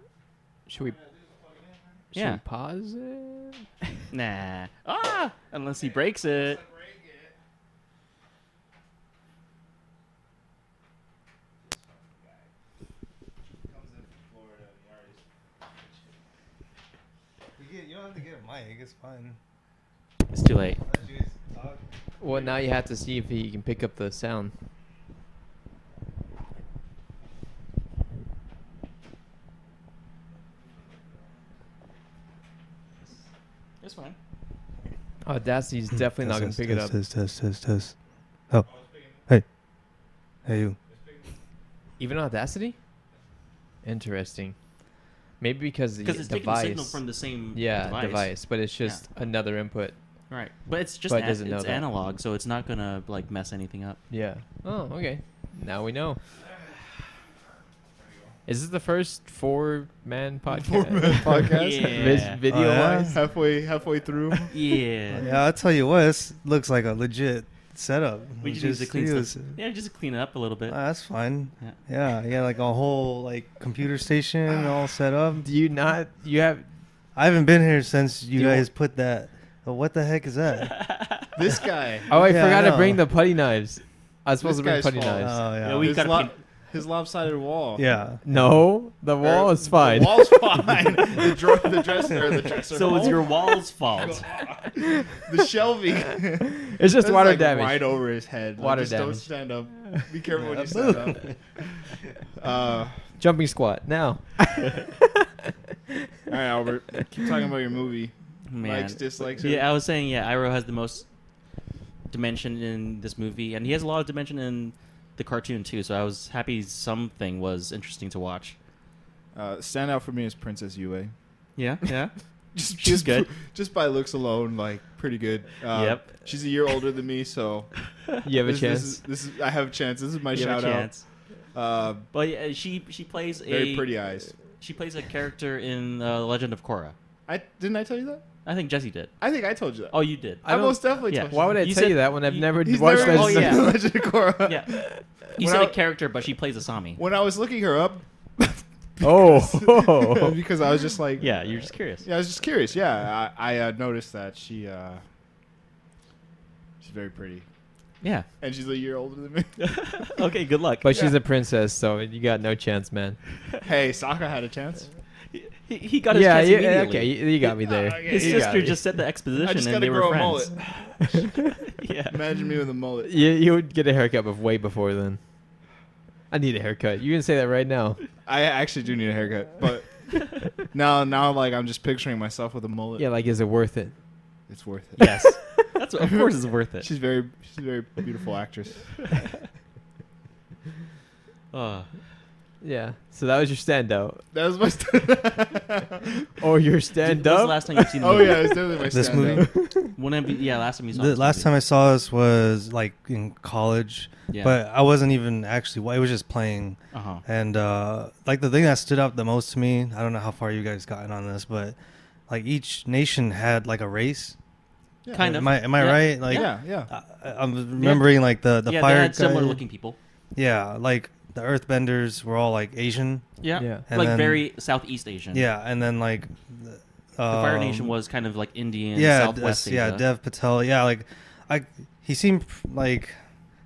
C: Should we? Should
B: Yeah.
C: we pause it?
B: nah ah unless he breaks it
D: You, get, you don't have to get a mic. It's fine.
B: it's too late
D: Why don't you guys talk?
C: Well, now you have to see if he can pick up the sound.
B: it's fine
C: Audacity's
D: Hmm.
C: definitely not gonna
D: Test,
C: pick it
D: test,
C: up.
D: Test, test, test, test. Oh. Hey. Hey, you.
C: Even Audacity? Interesting. Maybe because the
B: because it's taking
C: device.
B: a signal from the same
C: yeah,
B: device,
C: but it's just another input.
B: right but it's just
C: But it
B: an-
C: doesn't know
B: it's
C: that.
B: analog so it's not gonna like mess anything up
C: Yeah. Oh, okay. Now we know. Is this the first four man podcast?
A: Four-man podcast?
C: Vis-
B: Yeah.
C: Video
D: Oh, yeah?
C: wise?
A: Halfway halfway through.
B: yeah
D: Yeah, I'll tell you what, this looks like a legit setup.
B: We
D: It's
B: just, need to clean
D: it was-
B: stuff. Yeah, just clean it up a little bit.
A: Uh,
D: Ah, that's fine.
B: Yeah.
D: Yeah, yeah, like a whole like computer station all set up.
C: Do you not? You have.
D: I haven't been here since you
C: Do you-
D: guys put that. Oh, what the heck is that?
A: this guy.
C: Oh, I
D: Yeah, I
C: forgot to
D: know.
C: bring the putty knives. I was supposed
A: This
C: to bring
A: guy's
C: putty
A: fault.
D: Oh
C: knives.
D: yeah,
B: Yeah, we-
A: his,
B: gotta
A: lo-
B: clean-
A: his lopsided wall.
D: yeah.
C: no, the
A: Or-
C: wall is fine.
A: The wall's fine. the, drawer, the dresser, the dresser.
B: so it's
A: wall.
B: your wall's fault.
A: the shelving.
C: it's just
A: That's
C: water
A: like
C: damage.
A: Right over his head. Like,
C: Water
A: just
C: damage.
A: Don't stand up. Be careful when
D: Yeah,
A: you stand up. Uh,
C: Jumping squat now.
A: all right, Albert. Keep talking about your movie.
B: Man.
A: Likes, dislikes. or-
B: Yeah, I was saying, yeah, Iroh has the most dimension in this movie, and he has a lot of dimension in the cartoon too. So I was happy something was interesting to watch.
A: Uh, stand out for me is Princess Yue.
B: Yeah, yeah.
A: Just,
B: She's
A: just
B: good.
A: Just by looks alone, like pretty good. Uh,
B: Yep.
A: She's a year older than me, so
C: You have a
A: this,
C: chance.
A: This is, this is I have a chance. This is my
B: You have
A: shout
B: a
A: out.
B: chance.
A: Uh,
B: But yeah, she she plays
A: very
B: a
A: pretty eyes.
B: She plays a character in uh, Legend of Korra.
A: I didn't I tell you that?
B: I think Jesse did.
A: I think I told you that.
B: Oh, you did.
A: I,
C: I
A: most definitely
B: yeah.
A: told you.
C: Why would I
B: You
C: tell
B: said-
C: you that when I've
B: you-
C: never
A: He's
C: watched
A: never
C: that?
B: Oh,
A: watched
B: yeah.
A: Legend of Korra.
B: Yeah. You
A: When
B: said
A: I-
B: a character, but she plays Asami.
A: When I was looking her up,
C: Oh.
A: because I was just like,
B: Yeah, you're just curious.
A: yeah, I was just curious. Yeah, I, I uh, noticed that she, uh, she's very pretty,
B: Yeah.
A: and she's a year older than me.
B: okay, good luck.
C: But she's a princess, so you got no chance, man.
A: hey, Sokka had a chance.
B: He, he got his
C: yeah,
B: chance
C: yeah,
B: immediately.
C: okay, you, you got me there.
A: Oh, okay.
B: His
A: You got
B: sister just said the exposition,
A: I just
B: and
A: gotta
B: they were
A: grow a
B: friends.
A: mullet.
B: yeah.
A: Imagine me with a mullet.
C: You, you would get a haircut, but way before then. I need a haircut. You can say that right now.
A: I actually do need a haircut, but now, now, like I'm just picturing myself with a mullet.
C: Yeah, like, is it worth it?
A: it's worth it.
B: Yes. That's of course it's worth it.
A: she's very, she's a very beautiful actress.
B: Uh,
C: Yeah. So that was your standout.
A: That was my. St-
C: Or your
B: Dude,
C: stand
B: when's the
C: up.
B: last time you've seen the
A: oh
B: movie?
A: yeah, it's definitely my
D: This
A: standout.
D: movie?
B: When have you- yeah, last time you saw
D: The
B: this
D: last
B: movie.
D: time I saw this was like in college,
B: Yeah.
D: but I wasn't even actually. I was just playing,
B: uh-huh.
D: and uh, like the thing that stood out the most to me. I don't know how far you guys gotten on this, but like each nation had like a race.
A: Yeah.
B: Kind of.
D: Am I am I
B: Yeah.
D: right? Like
A: yeah, yeah.
D: I, I'm remembering like the the
B: yeah,
D: fire
B: they had similar
D: guy-
B: looking people.
D: Yeah, like the Earthbenders were all like Asian.
B: Yeah.
C: Yeah.
D: And
B: like
D: then-
B: very Southeast Asian.
D: Yeah, and then like the,
B: The Fire Nation
D: um,
B: was kind of like Indian,
D: yeah,
B: Southwest
D: this- yeah,
B: Asia.
D: Dev Patel. Yeah, like I, he seemed like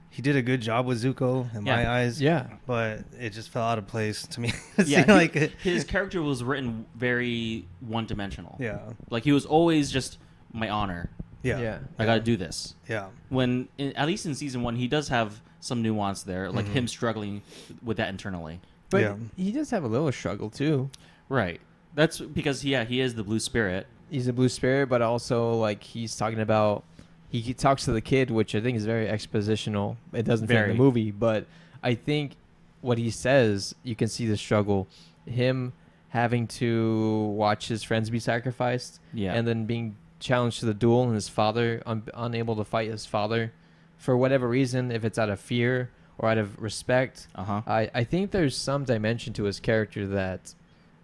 D: he did a good job with Zuko in my
B: Yeah.
D: eyes.
C: Yeah.
D: but it just fell out of place to me. It
B: Yeah,
D: seemed like it-
B: His character was written very one dimensional.
D: yeah,
B: Like he was always just my honor.
D: yeah,
C: Yeah.
D: yeah,
B: I got to do this.
D: yeah,
B: When in, at least in season 1 he does have some nuance there, like him struggling with that internally.
C: But
D: Yeah.
C: he does have a little struggle too.
B: Right. That's because yeah, he is the blue spirit.
C: He's a blue spirit, but also like he's talking about he, he talks to the kid, which I think is very expositional. It doesn't fit in
B: Very.
C: the movie, but I think what he says, you can see the struggle. Him having to watch his friends be sacrificed,
B: Yeah.
C: and then being challenged to the duel, and his father un- unable to fight his father for whatever reason, if it's out of fear or out of respect.
B: Uh-huh.
C: I, I think there's some dimension to his character that,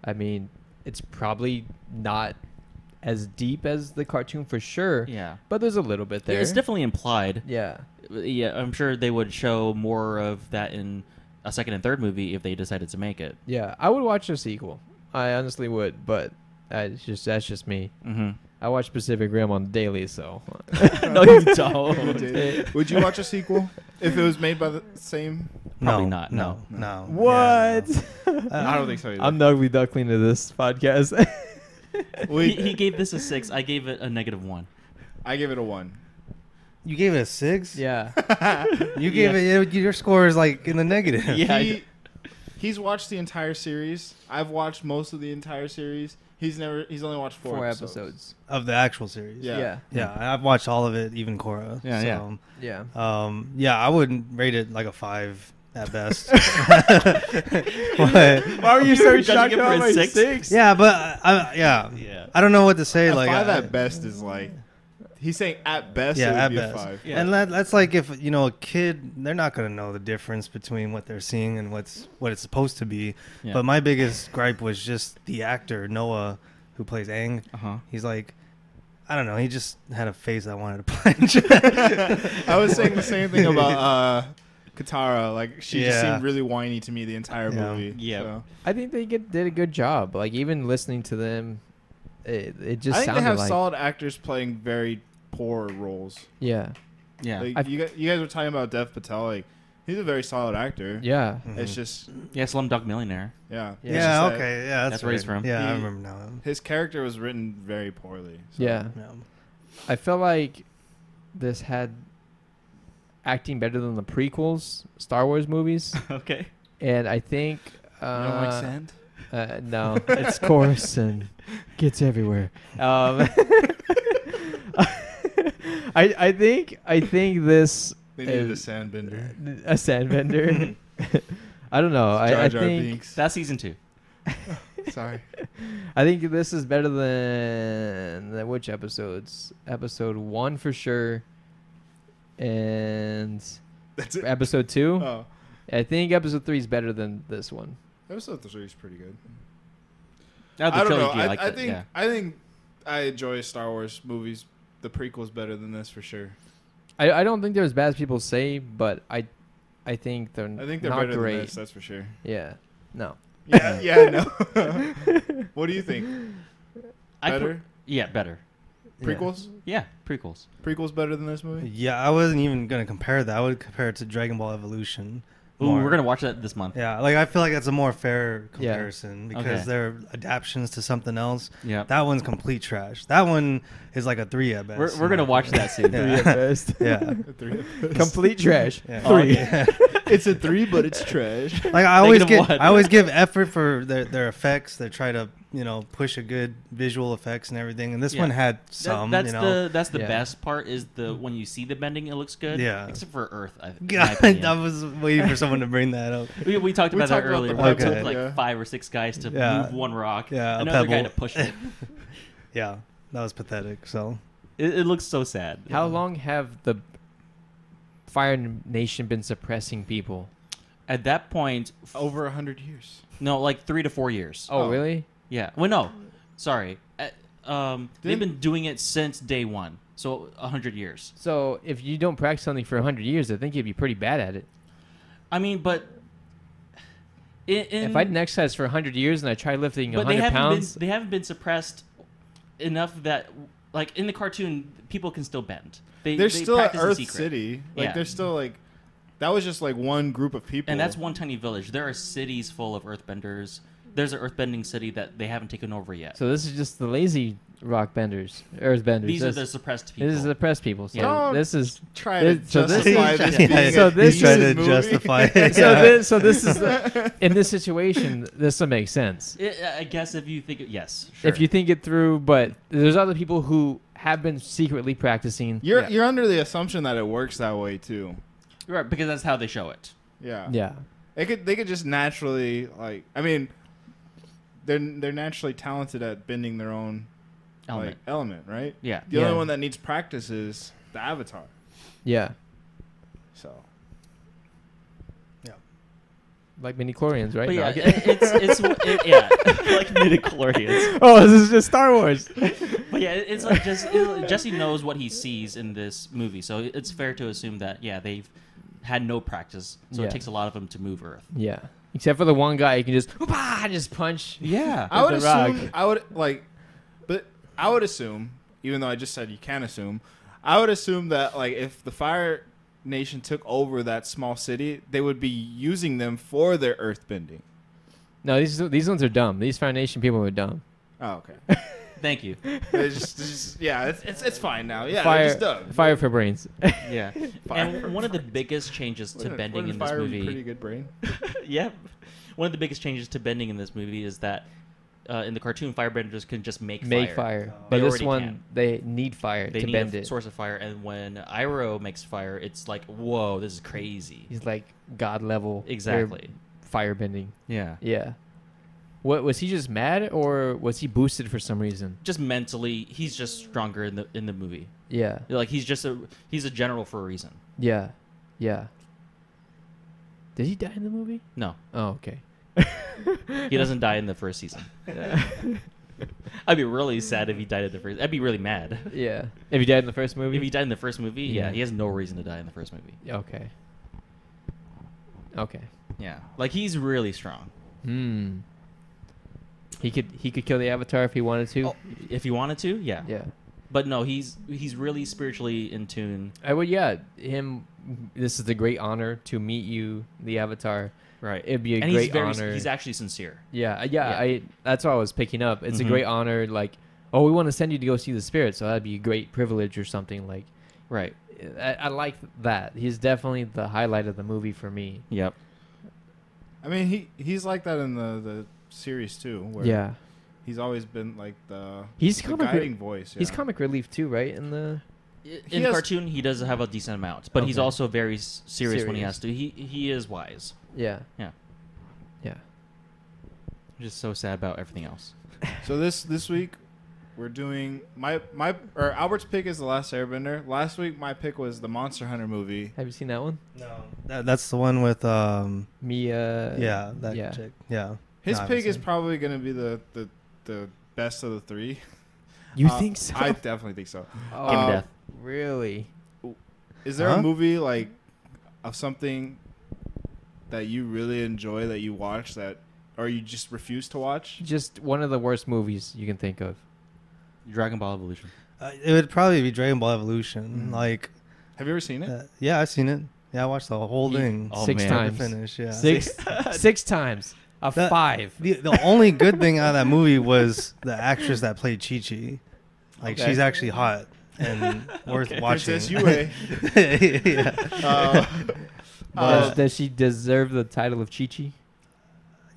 C: I mean, it's probably not as deep as the cartoon for sure.
B: Yeah.
C: But there's a little bit there.
B: It's definitely implied.
C: Yeah.
B: yeah, I'm sure they would show more of that in a second and third movie if they decided to make it.
C: Yeah. I would watch a sequel. I honestly would, but I, it's just that's just me.
B: Mm-hmm.
C: I watch Pacific Rim on the daily, so.
B: no, you
A: You
B: don't.
A: did. Would you watch a sequel if it was made by the same?
B: Probably
D: No,
B: not,
D: No,
A: no.
B: Oh,
D: no.
C: what?
D: Yeah, no.
A: I don't think so. Either.
C: I'm the ugly duckling to this podcast.
A: We-
B: he, he gave this a six. I gave it a negative one.
A: I give it a one.
D: You gave it a six.
C: yeah.
D: you gave it. Your score is like in the negative.
B: Yeah, I-
A: He, he's watched the entire series. I've watched most of the entire series. He's never. He's only watched four,
C: Four, episodes.
D: of the actual series.
A: Yeah.
C: Yeah.
D: yeah. I- I've watched all of it, even Korra.
A: Yeah,
D: so,
C: Yeah.
D: Um, yeah, I would rate it like a five at best. But-
C: Why were you
B: You
C: so
B: were judging
C: shocked
B: it for
C: about
B: a
C: my
B: six?
C: six?
D: yeah, but I, I, yeah,
B: Yeah.
D: I don't know what to say. like
A: a five
D: I-
A: at best is like. He's saying at best. it
D: Yeah,
A: would
D: at
A: be
D: best.
A: a five.
B: Yeah.
D: And that, that's like if you know a kid, they're not gonna know the difference between what they're seeing and what's what it's supposed to be.
B: Yeah.
D: But my biggest gripe was just the actor Noah, who plays Aang.
B: Uh huh.
D: He's like, I don't know. He just had a face I wanted to punch.
A: I was saying the same thing about uh, Katara. Like she just
D: Yeah.
A: seemed really whiny to me the entire
D: Yeah.
A: movie.
B: Yeah.
A: so.
C: I think they get, did a good job. Like even listening to them, it, it just
A: I think
C: sounded
A: they have
C: like
A: solid actors playing very poor roles.
C: yeah,
B: Yeah.
A: Like,
C: I've-
A: you, guys, you guys were talking about Dev Patel. Like he's a very solid actor.
C: yeah,
A: It's just
B: yeah. Slumdog Millionaire.
A: yeah. It's just
C: Yeah.
D: Yeah,
A: that
D: okay. Yeah,
B: That's where he's
D: right.
B: from.
D: Yeah, I
A: He-
D: remember now.
A: His character was written very poorly. so-
C: yeah.
D: Yeah.
C: I felt like this had acting better than the prequels, Star Wars movies,
B: okay.
C: and I think uh,
A: You don't like sand?
C: Uh, no, it's chorus and gets everywhere. Um, I I think I think this
A: They needed
C: uh,
A: a sandbender.
C: a sandbender. I don't know. Oh, I, I
A: Jar Jar
C: think
A: Binks.
B: That's season two.
A: Sorry.
C: I think this is better than the which episodes? Episode one for sure, and
A: That's it.
C: episode two.
A: Oh,
C: I think episode three is better than this one.
A: episode three is pretty good.
B: Oh, the
A: I don't know.
B: trilogy,
A: I,
B: like
A: I
B: that,
A: think
B: yeah.
A: I think I enjoy Star Wars movies. The prequels better than this for sure.
C: I, I don't think they're as bad as people say, but I I think they're
A: I think they're
C: not
A: better than
C: great.
A: this. That's for sure.
C: Yeah, no.
A: Yeah. Yeah. No. what do you think?
B: I put-
A: Better
B: yeah, better.
D: Yeah.
A: prequels?
B: Yeah, prequels.
A: Prequels better than this movie?
D: Yeah, I wasn't even gonna compare that. I would compare it to Dragon Ball Evolution.
B: Ooh,
D: more.
B: we're gonna watch that this month.
D: Yeah, like I feel like that's a more fair
C: Yeah.
D: comparison because
B: Okay.
D: they're adaptions to something else.
B: Yeah.
D: That one's complete trash. That one is like a three at best.
B: We're- we're gonna watch that soon.
D: Yeah.
C: Three at best.
D: yeah.
A: Three.
C: Complete trash.
D: Yeah.
C: Three.
D: Yeah.
A: it's a three, but it's trash.
D: Like I always
B: Negative
D: get,
B: one.
D: I always give effort for their, their effects. They try to you know push a good visual effects and everything. And this
B: Yeah.
D: one had
B: That-
D: some.
B: that's
D: you know,
B: the that's the
C: Yeah.
B: best part is the when you see the bending, it looks good.
D: Yeah.
B: Except for Earth. I, in my
D: God,
B: opinion.
D: I was waiting for someone to bring that up.
B: we, we talked
A: We
B: about that
A: talked about
B: earlier.
A: the
B: where it
D: pebble,
B: took like
A: yeah.
B: five or six guys to
D: Yeah.
B: move one rock.
D: Yeah, a
B: another guy to
D: pebble.
B: push it.
D: Yeah, that was pathetic. So
B: it. It looks so sad.
C: How long have the Fire Nation been suppressing people?
B: At that point, f-
A: Over a hundred years.
B: no, like three to four years.
C: Oh,
A: Oh.
C: really?
B: Yeah. Well, no, sorry. At, um, they've
A: Didn't-
B: been doing it since day one, so a hundred years.
C: So if you don't practice something for hundred years, I think you'd be pretty bad at it.
B: I mean, but in, in,
C: if I didn't exercise for hundred years and I tried lifting
B: but they
C: hundred
B: haven't
C: pounds,
B: been they haven't been suppressed enough that like in the cartoon people can still bend. They,
A: They're
B: they
A: still at
B: practice in
A: Earth
B: secret.
A: City. Like
B: Yeah.
A: they're still like that was just like one group of people.
B: and that's one tiny village. There are cities full of earthbenders. There's an earthbending city that they haven't taken over yet.
C: so this is just the lazy rock benders, earth benders.
B: These are
C: this,
B: the suppressed people.
C: this is the press people. So
A: Don't
C: this is
A: try to
C: This- so this
A: justify
C: is-
A: this.
C: yeah.
A: being
C: So
A: a
C: this
D: he's trying to
A: decent movie.
D: justify it.
C: so
D: Yeah.
C: this so this is the, in this situation. This will make sense
B: I I guess if you think yes, sure.
C: if you think it through. But there's other people who have been secretly practicing.
A: You're
B: Yeah.
A: you're under the assumption that it works that way too.
B: right because that's how they show it.
A: Yeah.
C: Yeah,
A: They could they could just naturally like I mean they're they're naturally talented at bending their own
B: Element.
A: like element, right?
B: yeah.
A: The
C: Yeah.
A: only one that needs practice is the avatar.
C: yeah,
A: So
C: like mini chlorians, right?
B: But
C: No,
B: yeah,
C: I get-
B: it- it's it's it, yeah, like midichlorians.
C: oh, this is just Star Wars.
B: But yeah, it- it's like just it- Jesse knows what he sees in this movie, so it's fair to assume that yeah they've had no practice, so
C: Yeah.
B: it takes a lot of them to move Earth.
C: Yeah. Except for the one guy, you can just "Hoopah!" just punch.
B: Yeah,
A: I would
C: The Rock.
A: assume I would like but I would assume, even though I just said you can assume, I would assume that like if the Fire Nation took over that small city, they would be using them for their earth bending.
C: No, these these ones are dumb. These Foundation people are dumb.
A: Oh, okay.
B: thank you.
A: It's just, it's just- yeah, it's, it's it's fine now. Yeah,
C: fire,
A: it's done.
C: fire for brains.
B: Yeah, and one of the biggest changes to
A: Wouldn't-
B: bending
A: wouldn't
B: in this
A: fire be
B: movie.
A: Pretty good brain.
B: yep. One of the biggest changes to bending in this movie is that uh, in the cartoon, firebenders can just make
C: Make
B: fire.
C: fire,
D: Oh.
C: but
B: They
C: this
B: already
C: one
B: can.
C: they need fire
B: They
C: to
B: need
C: bend
B: a
C: it.
B: source of fire, and when Iroh makes fire, it's like, whoa, this is crazy.
C: He's like god level. They're
B: Exactly.
C: Fire bending.
B: Yeah.
C: Yeah. What was he just mad or was he boosted for some reason?
B: Just mentally, he's just stronger in the in the movie.
C: Yeah.
B: Like he's just a he's a general for a reason.
C: Yeah. Yeah. Did he die in the movie?
B: No,
C: Oh, okay.
B: he doesn't die in the first season. I'd be really sad if he died in the first. I'd be really mad
C: Yeah. If he died in the first movie?
B: if he died in the first movie. Yeah,
C: Yeah.
B: he has no reason to die in the first movie.
C: Okay. Okay.
B: Yeah, like he's really strong.
C: Hmm. He could he could kill the avatar if he wanted to.
B: Oh, if he wanted to, yeah.
C: Yeah.
B: But no, he's he's really spiritually in tune.
C: I would yeah, him this is the great honor to meet you, the avatar.
B: Right.
C: It'd be a
B: and
C: great
B: he's very,
C: honor.
B: He's actually sincere.
C: Yeah, uh, yeah, Mm-hmm.
B: Yeah.
C: I that's what I was picking up. It's
B: Mhm.
C: a great honor like oh, we want to send you to go see the spirit, so that'd be a great privilege or something like
B: Right.
C: I, I like that. He's definitely the highlight of the movie for me.
B: Yep.
A: I mean, he he's like that in the the series too. Where
C: Yeah.
A: he's always been like the
C: He's
A: the
C: comic re-
A: guiding voice.
C: He's
A: yeah.
C: comic relief too, right? In the
B: In
A: He has-
B: cartoon, he does have a decent amount, but he's
C: Okay.
B: also very s- serious, when he
C: Serious.
B: has to. He he is wise.
C: Yeah.
B: Yeah.
C: Yeah.
B: I'm just so sad about everything else.
A: So this this week we're doing my my or Albert's pick is the Last Airbender. Last week my pick was the Monster Hunter movie.
C: Have you seen that one?
D: no, that, that's the one with um,
C: Mia
D: yeah, that
C: uh, yeah.
D: chick, yeah.
A: His
D: No, I haven't
A: pick is
D: seen it.
A: probably going to be the the the best of the three.
C: You
A: Uh,
C: think so?
A: I definitely think so.
C: oh,
B: Give me
A: Uh,
B: death.
C: Really?
A: Is there
D: Huh?
A: a movie like of something that you really enjoy that you watch that or you just refuse to watch?
C: Just one of the worst movies you can think of.
B: Dragon Ball Evolution.
D: Uh, it would probably be Dragon Ball Evolution.
C: Mm.
D: Like,
A: Have you ever seen it?
D: uh, yeah, I've seen it. Yeah, I watched the whole
B: You-
D: thing.
B: Oh,
C: six
B: man.
D: start to
C: times.
D: finish. Yeah.
C: Six six times. A
D: That-
C: five.
D: The, the only good thing out of that movie was the actress that played Chi Chi. Like
C: Okay.
D: she's actually hot and worth
B: Okay.
D: watching.
A: Princess Yue.
D: yeah.
A: Uh, Uh,
C: does, does she deserve the title of Chi Chi?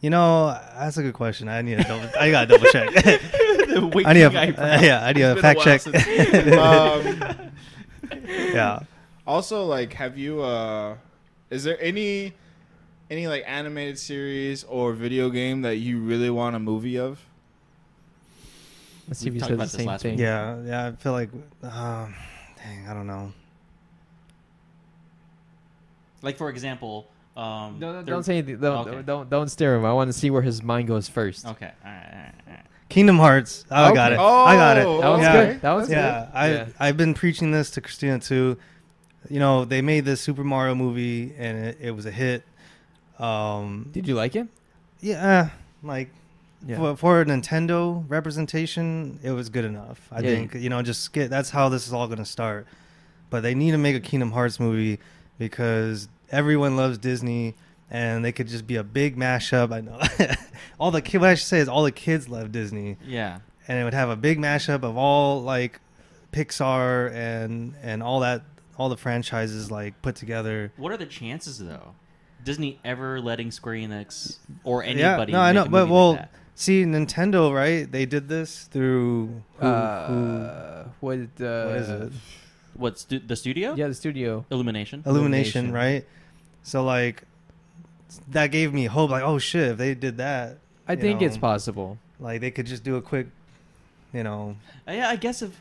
D: You know, that's a good question. I need to double. I gotta double check.
B: the
D: I need a,
B: winking eyebrow.
D: uh, yeah. I need
A: It's
D: a
A: been
D: fact
A: while
D: check.
A: since- um,
D: yeah.
A: also, like, have you? uh Is there any any like animated series or video game that you really want a movie of?
C: Let's see if
B: We
C: he
B: talked
C: says
B: about
C: the
B: this
C: same
B: last
C: thing.
B: week.
D: Yeah. Yeah. I feel like, um, dang, I don't know.
B: Like for example, um,
C: No, no,
B: there-
C: don't say anything. Don't,
B: Okay.
C: don't, don't stare him. I want to see where his mind goes first.
B: Okay, all right, all right, all right.
D: Kingdom Hearts. Oh, I got it.
C: Okay.
D: I got it.
A: Oh,
C: That one's
D: yeah.
C: good. That one's
D: yeah,
C: good.
D: I
C: Yeah.
D: I've been preaching this to Christina too. You know, they made this Super Mario movie and it, it was a hit. Um,
C: Did you like it?
D: yeah, uh, like for, for a Nintendo representation, it was good enough. I
C: Yeah.
D: think you know, just get that's how this is all going to start. But they need to make a Kingdom Hearts movie because everyone loves Disney, and they could just be a big mashup. I know all the kid. What I should say is all the kids love Disney
B: yeah.
D: and it would have a big mashup of all like Pixar and and all that all the franchises like put together.
B: What are the chances though? Disney ever letting Square Enix or
D: Yeah,
B: anybody?
D: no, I
B: make
D: know,
B: a
D: but
B: movie like
D: well,
B: that?
D: see Nintendo, right? They did this through who, who-
C: uh, what, uh,
D: what is it?
B: what's stu- the studio?
C: Yeah, the studio.
B: Illumination.
D: Illumination,
C: Illumination.
D: right? So like that gave me hope. Like, oh shit, if they did that,
C: I
D: you
C: think it's
D: know,
C: possible.
D: Like they could just do a quick, you know,
B: Uh, yeah, I guess if,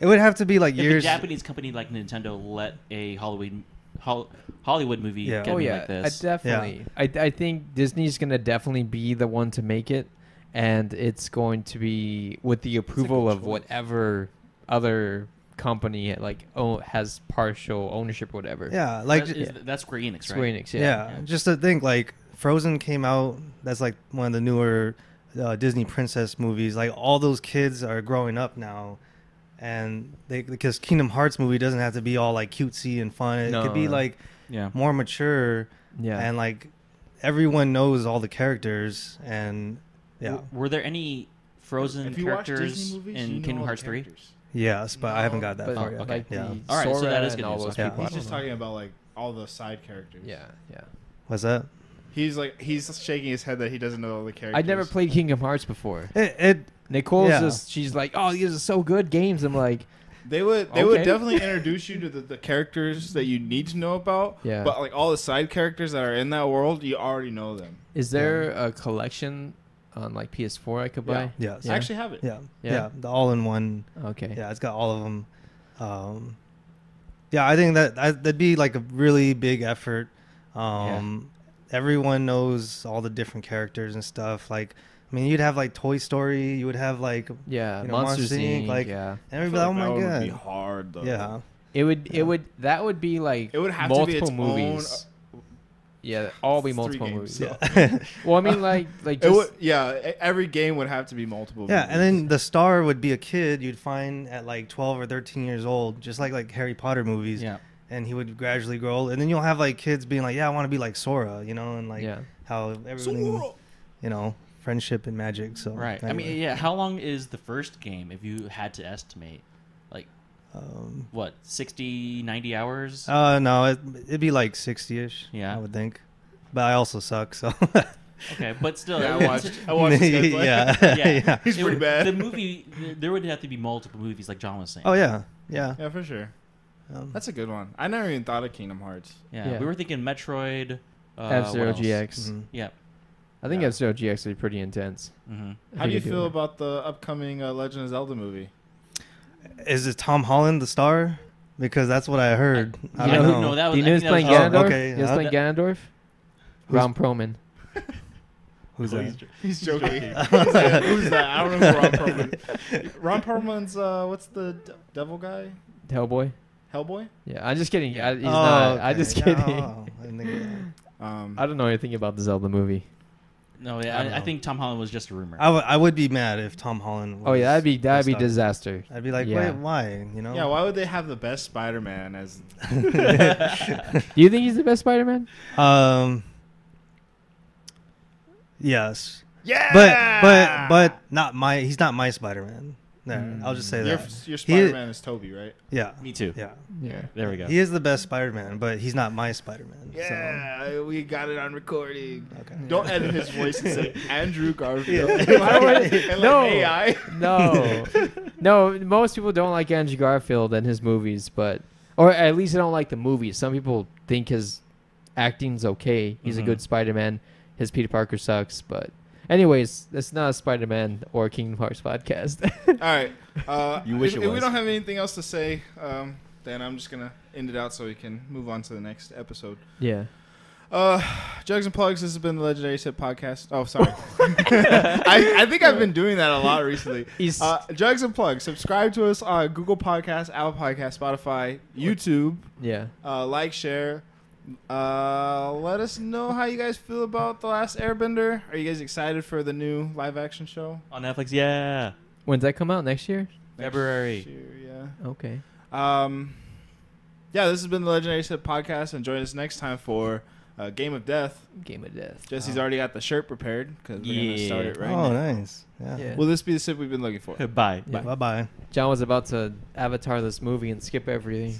D: it would have to be like
B: if a
D: years.
B: Japanese company like Nintendo let a Hollywood Hol- Hollywood movie
D: Yeah.
B: get
C: oh
B: me
C: yeah,
B: like this,
C: I definitely. I I think Disney's gonna definitely be the one to make it, and it's going to be with the approval of
B: choice.
C: whatever other company like oh has partial ownership, or whatever.
D: yeah, like
B: That is- that's Square Enix, right?
C: Square Enix. Yeah.
D: Yeah,
B: Yeah.
D: just to think, like Frozen came out. That's like one of the newer uh, Disney princess movies. Like all those kids are growing up now, and they because Kingdom Hearts movie doesn't have to be all like cutesy and fun. It could
C: No,
D: be
C: no.
D: like
B: Yeah.
D: more mature
C: Yeah.
D: and like everyone knows all the characters and yeah,
B: W- were there any Frozen
A: If you watch Disney
B: characters
A: movies, you
B: in
A: know all
B: Kingdom
A: the
B: Hearts three?
A: characters.
D: yes, but I haven't got that
C: But,
D: far yet.
B: okay.
C: Like
D: Yeah.
C: the
B: All right, so
C: Sora
B: that is
C: and
B: good
C: all
B: news.
C: those
D: Yeah.
C: people.
A: He's
C: I
A: just
C: don't know.
A: talking about like all the side characters.
C: Yeah, yeah.
D: What's that?
A: He's like he's shaking his head that he doesn't know all the characters.
C: I never played Kingdom Hearts before.
D: It, it
C: Nicole's
D: Yeah.
C: just she's like, oh, these are so good games. I'm like,
A: They would they would
C: Okay.
A: definitely introduce you to the, the characters that you need to know about.
C: Yeah.
A: But like all the side characters that are in that world, you already know them.
C: is there a collection on like PS4 I could
A: Yeah.
C: buy?
D: yes,
A: I
D: yeah,
A: actually have it.
D: yeah,
C: Yeah.
D: the all in one.
C: Okay.
D: Yeah, it's got all of them. Um, yeah, I think that that- that'd be like a really big effort. Um, Everyone knows all the different characters and stuff. Like, I mean, you'd have like Toy Story. You would have like
C: Yeah,
D: You know,
C: Monsters
D: Monsters, Inc.,
C: Inc.
D: like-
C: yeah,
D: and everybody. Oh
A: that
D: my
A: one would be
D: god.
A: hard though.
D: Yeah.
C: it would.
D: Yeah.
C: It would. That would be like
A: It would have to be
C: multiple
A: its uh,
C: movies. yeah, that'd all be
A: three
C: multiple
A: games,
C: movies.
A: so-
D: Yeah.
C: Well, I mean, like, like
A: It
C: just,
A: would, yeah, e- every game would have to be multiple.
D: yeah,
A: movies.
D: and then the star would be a kid you'd find at like 12 or 13 years old, just like like Harry Potter movies.
B: Yeah.
D: And he would gradually grow old, and then you'll have like kids being like, "Yeah, I want to be like Sora," you know, and like
C: yeah,
D: how everything, you know, friendship and magic. So
B: Right. I mean,
D: anyway.
B: yeah. How long is the first game? If you had to estimate, like
D: Um,
B: what 60, 90 hours?
D: Uh, no, it, it'd be like 60 ish.
B: Yeah.
D: I would think. But I also suck, so.
B: okay, but still,
A: yeah,
B: it
A: I
B: would-
A: watched. I watched. this guy play.
D: yeah. yeah.
A: He's
B: It
A: pretty
B: would-
A: bad.
B: The movie, th- there would have to be multiple movies, like John was saying.
D: Oh, yeah. Yeah.
A: Yeah, for sure.
D: Um,
A: That's a good one. I never even thought of Kingdom Hearts.
B: yeah.
C: Yeah.
B: We were thinking Metroid. Uh,
C: F Zero
B: what else?
C: GX.
D: mhm.
B: Yep.
C: I think
A: Yeah.
C: F Zero GX would be pretty intense.
B: hmm
C: if
A: How
C: they
A: do you
C: could it.
A: feel about the upcoming uh, Legend of Zelda movie?
D: Is it Tom Holland the star? Because that's what I heard. I,
B: Yeah,
D: don't
B: who-
D: know.
B: no, that
C: Do you
B: was- I
C: know who's
B: think
C: playing
B: that was-
D: Oh,
C: Ganondorf?
D: okay,
C: Who's
D: yeah.
C: playing Ganondorf? Ron Perlman.
D: Who's
B: Oh,
D: that?
B: he's
A: He's joking. Who's that? Who's that? I don't know who Ron Perlman. Ron Perlman's uh, what's the d- devil guy?
C: Hellboy.
A: Hellboy.
C: Yeah, I'm just kidding. I, he's
D: Oh,
C: not. I'm
D: okay.
C: just
D: Yeah,
C: kidding.
D: oh, I didn't think of that.
A: Um,
C: I don't know anything about the Zelda movie.
B: No, yeah,
D: I don't
B: I, I
D: know.
B: think Tom Holland was just a rumor.
D: I, would, I would be mad if Tom Holland. Was
C: Oh yeah, that'd be
D: the
C: that'd be
D: star.
C: disaster.
D: I'd be like,
C: Yeah.
D: wait, why? You know?
A: Yeah, why would they have the best Spider-Man as?
C: Do you think he's the best Spider-Man?
D: Um. Yes,
A: Yeah,
D: but but but not my. He's not my Spider Man. There, I'll just say
A: Your,
D: that.
A: your
D: He-
A: Spider Man is Toby, right?
D: yeah,
B: Me too.
D: yeah.
C: Yeah.
B: There we go.
D: He is the best Spider-Man, but he's not my Spider-Man. so-
A: we got it on recording.
D: Okay.
A: Don't edit his voice and say Andrew Garfield.
D: Yeah.
A: Why would- and like
C: No.
A: AI.
C: No, no. Most people don't like Andrew Garfield and his movies, but or at least they don't like the movies. Some people think his acting's okay. He's
B: Mhm.
C: a good Spider-Man. His Peter Parker sucks, but anyways, it's not a Spider-Man or Kingdom Hearts podcast.
A: All right. Uh,
E: You wish
A: if,
E: it
A: if we
E: was.
A: don't have anything else to say, um, then I'm just gonna end it out so we can move on to the next episode.
C: yeah.
A: Uh, Jugs and Plugs, this has been the Legendary Sip Podcast. Oh, sorry. I, I think I've been doing that a lot recently.
C: He's-
A: Uh, Jugs and Plugs, subscribe to us on Google Podcasts, Apple Podcasts, Spotify, YouTube.
C: Yeah.
A: Uh, like, share. Uh, let us know how you guys feel about The Last Airbender. Are you guys excited for the new live action show?
B: On Netflix, yeah.
C: When's that come out next year?
A: Next
B: February.
A: year,
C: Okay.
A: yeah. Um, yeah, this has been the Legendary Sip Podcast, and join us next time for uh, Game of Death.
C: Game of Death.
A: Jesse's
D: Wow.
A: already got the shirt prepared because we're gonna
B: Yeah.
A: start it right
D: oh,
A: now.
D: nice. Yeah.
C: Yeah.
A: Will this be the sip we've been looking for?
B: Goodbye.
C: Yeah.
D: Bye bye.
C: John was about to avatar this movie and skip everything.